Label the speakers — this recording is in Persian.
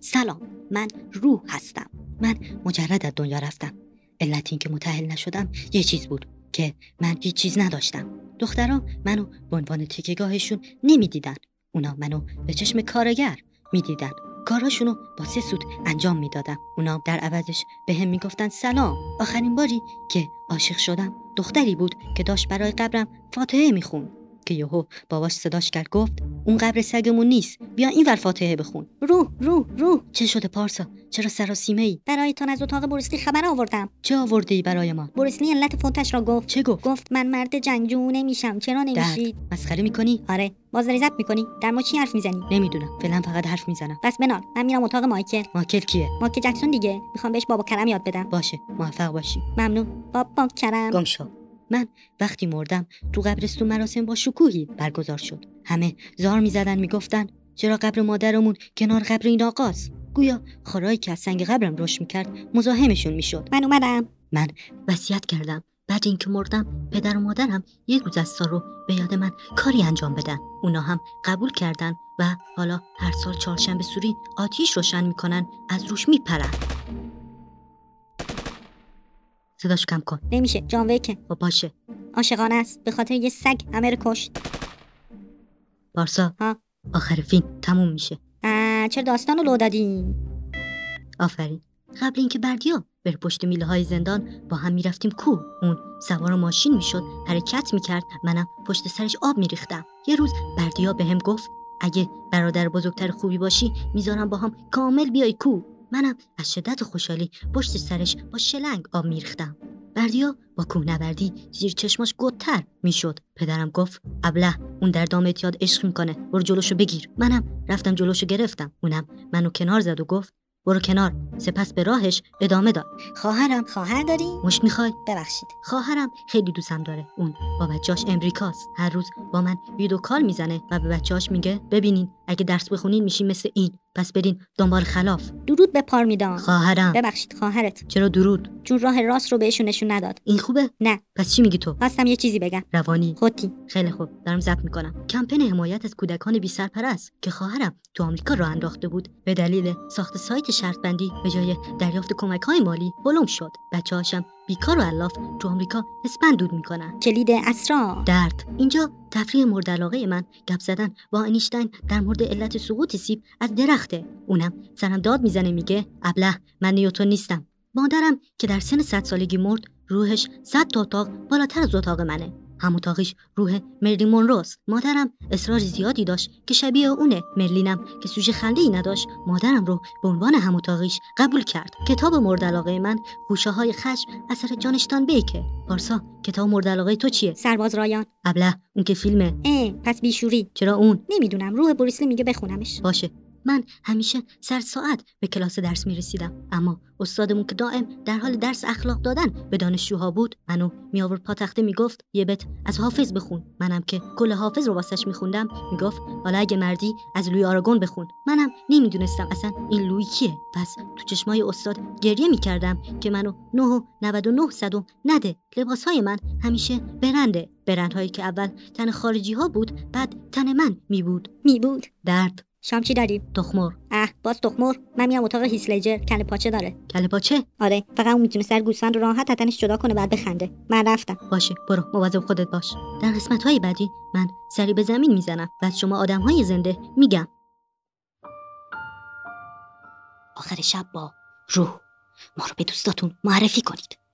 Speaker 1: سلام من روح هستم من مجرد از دنیا رفتم علت این که متحل نشدم یه چیز بود که من هیچ چیز نداشتم دخترام منو به عنوان تکیگاهشون نمیدیدن اونا منو به چشم کارگر میدیدن کاراشونو با سه سود انجام میدادم اونا در عوضش به هم میگفتن سلام آخرین باری که عاشق شدم دختری بود که داشت برای قبرم فاتحه میخون که یهو باباش صداش کرد گفت اون قبر سگمون نیست بیا این ور فاتحه بخون روح روح روح چه شده پارسا چرا سراسیمه ای
Speaker 2: برایتان از اتاق بروسلی خبر آوردم
Speaker 1: چه آورده ای برای ما
Speaker 2: بروسلی علت فوتش را گفت
Speaker 1: چه گفت
Speaker 2: گفت من مرد جنگجو نمیشم چرا
Speaker 1: درد
Speaker 2: نمیشید
Speaker 1: مسخره میکنی
Speaker 2: آره باز ریزت میکنی در ما چی حرف میزنی
Speaker 1: نمیدونم فعلا فقط حرف میزنم
Speaker 2: بس بنال من میرم اتاق مایکل
Speaker 1: ماکل کیه
Speaker 2: مایکل جکسون دیگه میخوام بهش بابا کرم یاد بدم
Speaker 1: باشه موفق باشی
Speaker 2: ممنون بابا کرم
Speaker 1: گم شو من وقتی مردم تو قبرستون مراسم با شکوهی برگزار شد همه زار میزدن میگفتن چرا قبر مادرمون کنار قبر این آقاست گویا خارایی که از سنگ قبرم رشد میکرد مزاحمشون میشد
Speaker 2: من اومدم
Speaker 1: وصیت کردم بعد اینکه مردم پدر و مادرم یک روز از سال رو به یاد من کاری انجام بدن اونا هم قبول کردن و حالا هر سال چهارشنبه سوری آتیش روشن میکنن از روش میپرن صداش کم کن
Speaker 2: نمیشه جان ویکه
Speaker 1: و باشه
Speaker 2: عاشقانه است به خاطر یه سگ همه رو کشت
Speaker 1: پارسا
Speaker 2: ها.
Speaker 1: آخر فیلم تموم میشه
Speaker 2: آه، چرا داستان رو لو دادیم
Speaker 1: آفرین قبل اینکه بردیا بر پشت میله های زندان با هم میرفتیم کوه اون سوار ماشین میشد حرکت میکرد منم پشت سرش آب میریختم یه روز بردیا به هم گفت اگه برادر بزرگتر خوبی باشی میذارم با هم کامل بیای کوه منم از شدت خوشحالی پشت سرش با شلنگ آب میریختم بردیا با کوهنوردی زیر چشماش گدتر میشد پدرم گفت ابله اون در دامت یاد عشق میکنه برو جلوشو بگیر منم رفتم جلوشو گرفتم اونم منو کنار زد و گفت برو کنار سپس به راهش ادامه داد خواهرم
Speaker 2: خواهر داری
Speaker 1: مش میخوای
Speaker 2: ببخشید
Speaker 1: خواهرم خیلی دوستم داره اون با بچهاش امریکاست هر روز با من ویدیو کال میزنه و به بچهاش میگه ببینین اگه درس بخونین میشین مثل این پس برین دنبال خلاف
Speaker 2: درود به پار میدان
Speaker 1: خواهرم
Speaker 2: ببخشید خواهرت
Speaker 1: چرا درود
Speaker 2: چون راه راست رو بهشون نشون نداد
Speaker 1: این خوبه
Speaker 2: نه خب
Speaker 1: پس چی میگی تو
Speaker 2: خواستم یه چیزی بگم
Speaker 1: روانی
Speaker 2: خودتی
Speaker 1: خیلی خوب دارم ضبط میکنم کمپین حمایت از کودکان بی سرپرست که خواهرم تو آمریکا راه انداخته بود به دلیل ساخت سایت شرط بندی به جای دریافت کمک های مالی هلم شد بچه هاشم بیکار و علاف تو آمریکا اسپند دود میکنن
Speaker 2: کلید اسرار
Speaker 1: درد اینجا تفریح مورد علاقه من گپ زدن با انیشتین در مورد علت سقوط سیب از درخته اونم سرم داد میزنه میگه ابله من نیوتن نیستم مادرم که در سن صد سالگی مرد روحش صد تا اتاق بالاتر از اتاق منه هم اتاقش روح مرلین مونروز مادرم اصرار زیادی داشت که شبیه اونه مرلینم که سوژه خنده ای نداشت مادرم رو به عنوان هم اتاقیش قبول کرد کتاب مورد علاقه من خوشه های خشم اثر جانشتان بیکه پارسا کتاب مورد علاقه تو چیه
Speaker 2: سرباز رایان
Speaker 1: ابله اون که فیلمه
Speaker 2: اه پس بیشوری
Speaker 1: چرا اون
Speaker 2: نمیدونم روح بریسلی میگه بخونمش
Speaker 1: باشه من همیشه سر ساعت به کلاس درس می رسیدم اما استادمون که دائم در حال درس اخلاق دادن به دانشجوها بود منو می آورد پاتخته می گفت یه بت از حافظ بخون منم که کل حافظ رو واسش می خوندم می گفت حالا اگه مردی از لوی آراگون بخون منم نمیدونستم اصلا این لوی کیه پس تو چشمای استاد گریه می کردم که منو 9 و 99 صدم نده لباس های من همیشه برنده برندهایی که اول تن خارجی ها بود بعد تن من می بود
Speaker 2: می بود
Speaker 1: درد
Speaker 2: شام چی داریم
Speaker 1: تخمر
Speaker 2: اه باز تخمر من میام اتاق هیسلجر کله پاچه داره
Speaker 1: کله پاچه
Speaker 2: آره فقط اون میتونه سر گوسفند رو راحت از تنش جدا کنه بعد بخنده من رفتم
Speaker 1: باشه برو مواظب خودت باش در قسمت های بعدی من سری به زمین میزنم و از شما آدم های زنده میگم
Speaker 2: آخر شب با روح ما رو به دوستاتون معرفی کنید